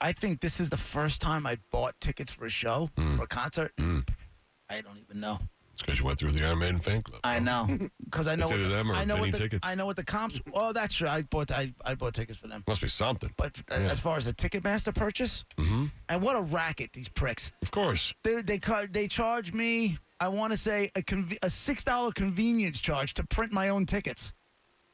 I think this is the first time I bought tickets for a show, Mm. for a concert. I don't even know. It's because you went through the Iron Maiden fan club. I know because I know It's what either the, them or I know Vinny what the, tickets. I know what the comps. Oh, that's true. I bought I, I bought tickets for them. Must be something. But f- as far as a Ticketmaster purchase, Mm-hmm. and what a racket these pricks! Of course. They they ca- they charge me. I want to say a conve- a six dollar convenience charge to print my own tickets.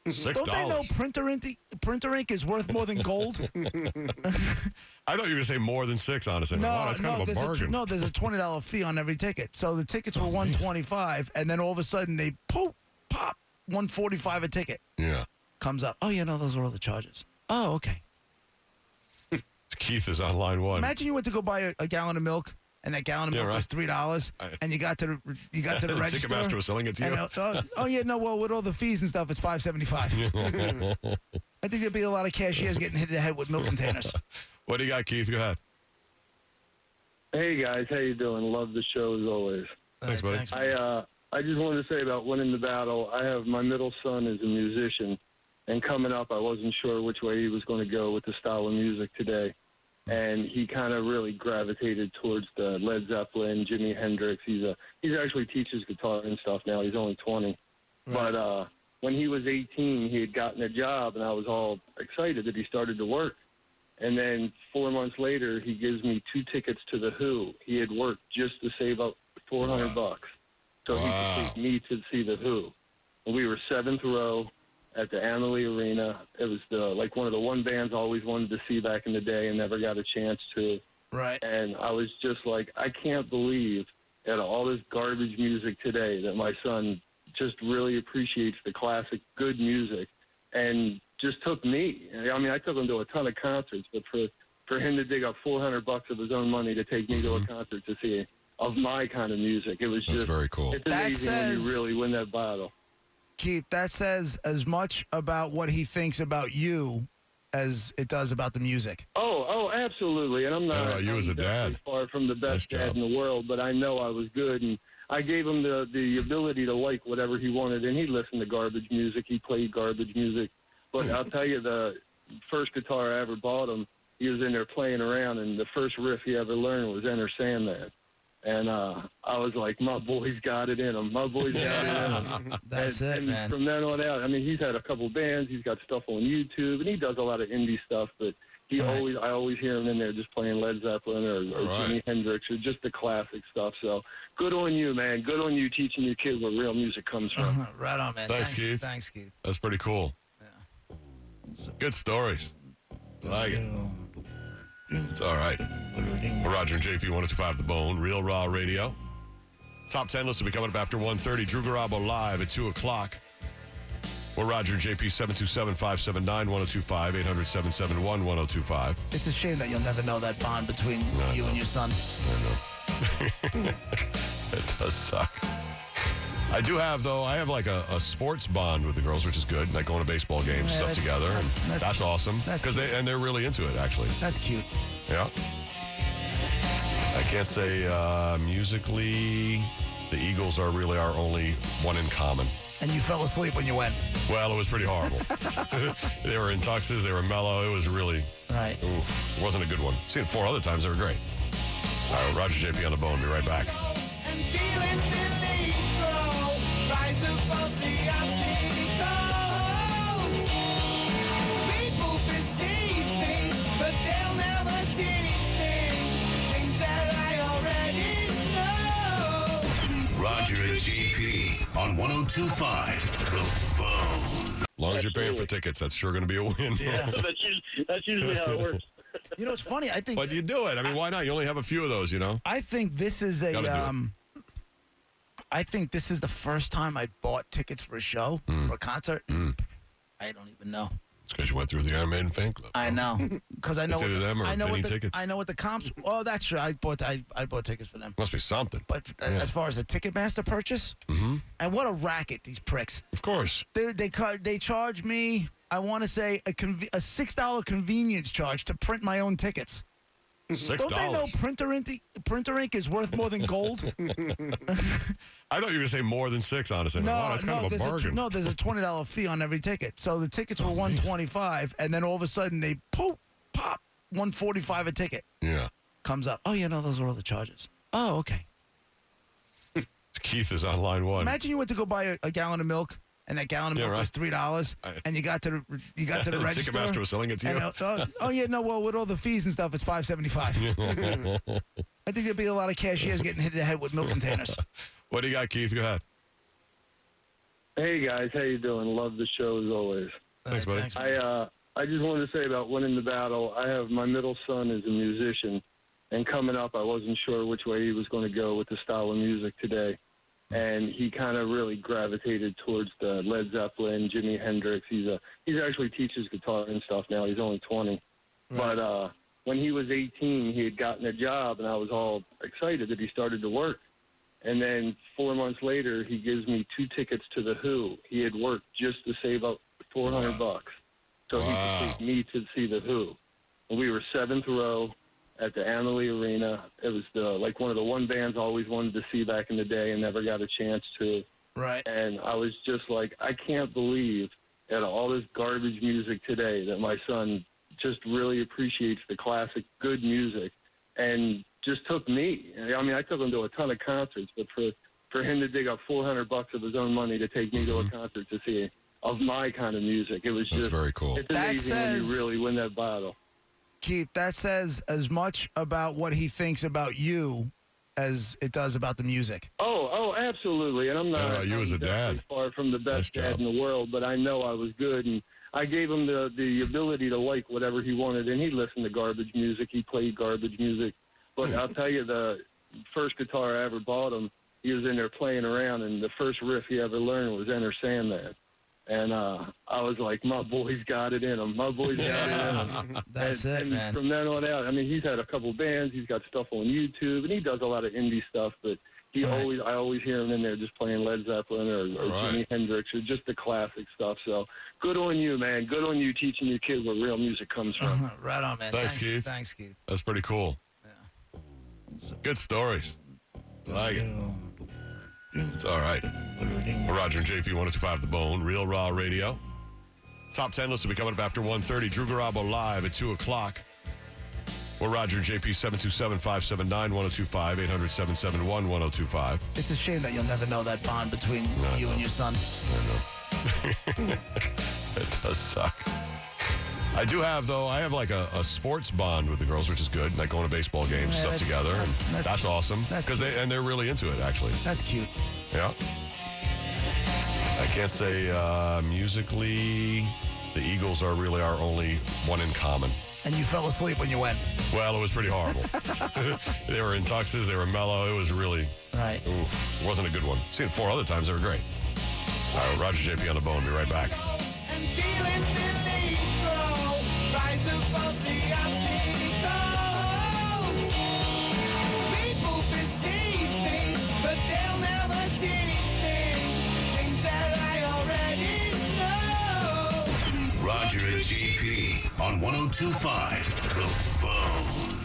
Six Don't they know dollars. printer ink printer ink is worth more than gold? I thought you were going to say more than six, honestly. wow, that's kind of a there's bargain. Oh, A, no, there's a twenty dollar fee on every ticket. So the tickets were one twenty five, and then all of a sudden they poof, pop one forty five a ticket Yeah. comes up. Oh yeah, no, those are all the charges. Oh okay. Keith is on line one. Imagine you went to go buy a, a gallon of milk, and that gallon of Yeah, milk right. was three dollars, I- and you got to the you got to the The register. Ticketmaster was selling it to and, you? uh, oh, oh, yeah, no, well with all the fees and stuff, it's five seventy five. I think there'd be a lot of cashiers getting hit in the head with milk containers. What do you got, Keith? Go ahead. Hey guys, how you doing? Love the show as always. Thanks, buddy. I uh, I just wanted to say about winning the battle. I have my middle son is a musician, and coming up, I wasn't sure which way he was going to go with the style of music today, and he kind of really gravitated towards the Led Zeppelin, Jimi Hendrix. He's a he's actually teaches guitar and stuff now. He's only twenty, but uh, when he was eighteen, he had gotten a job, and I was all excited that he started to work. And then four months later, he gives me two tickets to the Who. He had worked just to save up four hundred bucks, so he Wow. could take me to see the Who. And we were seventh row at the Amalie Arena. It was the like one of the one bands I always wanted to see back in the day and never got a chance to. Right. And I was just like, I can't believe out of all this garbage music today that my son just really appreciates the classic good music and just took me. I mean, I took him to a ton of concerts, but for for him to dig up 400 bucks of his own money to take me to a concert to see of my kind of music, it was Mm-hmm. That's just very cool. It's That amazing when says- you really win that battle. Keith, that says as much about what he thinks about you as it does about the music. Oh, oh, absolutely. And I'm not. No, no, Oh, you I'm as a definitely dad. Far from the best Nice job. dad in the world, but I know I was good, and I gave him the the ability to like whatever he wanted, and he listened to garbage music. He played garbage music, but Hmm. I'll tell you, the first guitar I ever bought him, he was in there playing around, and the first riff he ever learned was Enter Sandman. And uh, I was like, my boy's got it in him. My boy's got it in him. That's and, it, and man. From then on out, I mean, he's had a couple bands. He's got stuff on YouTube, and he does a lot of indie stuff. But he Right. always, I always hear him in there just playing Led Zeppelin or, or Right. Jimi Hendrix or just the classic stuff. So good on you, man. Good on you teaching your kid where real music comes from. right on, man. Thanks, Keith. Thanks, Keith. That's pretty cool. Good stories. I like it. It's all right. Well, Roger and JP 1025 The Bone, Real Raw Radio. Top 10 list will be coming up after 1.30. Drew Garabo live at 2 o'clock. We're Roger and JP 727-579-1025, 800-771-1025. It's a shame that you'll never know that bond between you and your son. That does suck. I do have, though, I have like a, a sports bond with the girls, which is good. Like going to baseball games, Yeah, stuff that's- together. And that's that's, cute. awesome. That's Because they, and they're really into it, actually. That's cute. Yeah. I can't say uh, musically, the Eagles are really our only one in common. And you fell asleep when you went. Well, it was pretty horrible. they were in tuxes, they were mellow. It was really, Right. oof, it wasn't a good one. Seen it four other times, they were great. All right, Uh, Roger JP on the bone. Be right back. And feeling believe grow. Rise above the obstacles. People besiege me, but they'll never teach me things that I already know. Roger and JP on 1025 The Bone. As long as you're paying for Absolutely. tickets, that's sure going to be a win. that's, usually, that's usually how it works. You know, it's funny. I think but you do it. I mean, why not? You only have a few of those, you know? I think this is a. Gotta do it. Um, I think this is the first time I bought tickets for a show Mm. for a concert. I don't even know. It's because you went through the Iron Maiden fan club. I know because I know It's what either the, them or I know Vinny what the, tickets. I know what the comps. Oh, that's true. I bought I, I bought tickets for them. Must be something. But uh, Yeah. Mm-hmm. as far as the Ticketmaster purchase, and what a racket these pricks! Of course. They they ca- they charge me. I want to say a conve- a six dollar convenience charge to print my own tickets. $6. Mm-hmm. Don't they know printer ink printer ink is worth more than gold? I thought you were going to say more than six, honestly. No, wow, that's kind of a there's tw- bargain. Oh, no, there's a twenty dollar fee on every ticket. So the tickets were one twenty five, and then all of a sudden they poof, pop one forty five a ticket. Yeah. Comes up. Oh, yeah, no, those are all the charges. Oh, okay. Keith is on line one. Imagine you went to go buy a, a gallon of milk, and that gallon of Yeah, milk right. was three dollars, I- and you got to the, you got to the register. Ticketmaster was selling it to and, you. uh, uh, oh yeah, no, well, with all the fees and stuff, it's five seventy five. I think there'd be a lot of cashiers getting hit in the head with milk containers. What do you got, Keith? Go ahead. Hey guys, how you doing? Love the show as always. Thanks, buddy. I uh, I just wanted to say about winning the battle. I have my middle son is a musician, and coming up, I wasn't sure which way he was going to go with the style of music today, and he kind of really gravitated towards the Led Zeppelin, Jimi Hendrix. He's a he's actually teaches guitar and stuff now. He's only twenty, but uh, when he was eighteen, he had gotten a job, and I was all excited that he started to work. And then four months later, he gives me two tickets to the Who. He had worked just to save up four hundred bucks, so he Wow. could take me to see the Who. And we were seventh row at the Amalie Arena. It was the like one of the one bands I always wanted to see back in the day and never got a chance to. Right. And I was just like, I can't believe at all this garbage music today that my son just really appreciates the classic good music and just took me. I mean, I took him to a ton of concerts, but for for him to dig up 400 bucks of his own money to take me to a concert to see of my kind of music, it was Mm-hmm. That's just very cool. It's That amazing when says- you really win that battle. Keith, that says as much about what he thinks about you as it does about the music. Oh, oh, absolutely. And I'm not. How about Oh, you I'm as a definitely dad? Far from the Nice best job. dad in the world, but I know I was good, and I gave him the the ability to like whatever he wanted, and he listened to garbage music. He played garbage music, but Hmm. I'll tell you, the first guitar I ever bought him, he was in there playing around, and the first riff he ever learned was Enter Sandman. And uh, I was like, my boy's got it in him. My boy's got it in him. That's and, it, and man. From then on out, I mean, he's had a couple bands. He's got stuff on YouTube, and he does a lot of indie stuff. But he Right. always, I always hear him in there just playing Led Zeppelin or, or All right. Jimi Hendrix or just the classic stuff. So good on you, man. Good on you teaching your kid where real music comes from. Uh-huh. Right on, man. Thanks, Keith. Thanks, Keith. That's pretty cool. Good stories. I like it. It's all right. Roger and JP 1025 The Bone, Real Raw Radio. Top 10 list will be coming up after 1.30. Drew Garabo live at 2 o'clock. We're Roger and JP 727-579-1025, 800-771-1025. It's a shame that you'll never know that bond between you and your son. That does suck. I do have, though, I have like a, a sports bond with the girls, which is good. Like going to baseball games, Yeah, stuff that's- together. And that's- that's, awesome. that's Because they, and they're really into it, actually. That's cute. Yeah. I can't say uh, musically, the Eagles are really our only one in common. And you fell asleep when you went. Well, it was pretty horrible. they were in tuxes, they were mellow. It was really, Right. oof, it wasn't a good one. Seen it four other times, they were great. All right, Roger JP on the bone. Be right back. And feeling believe grow. Rise above the obstacles. People besiege me, but they'll never teach me things that I already know. oh Roger and JP on 1025 The Bone.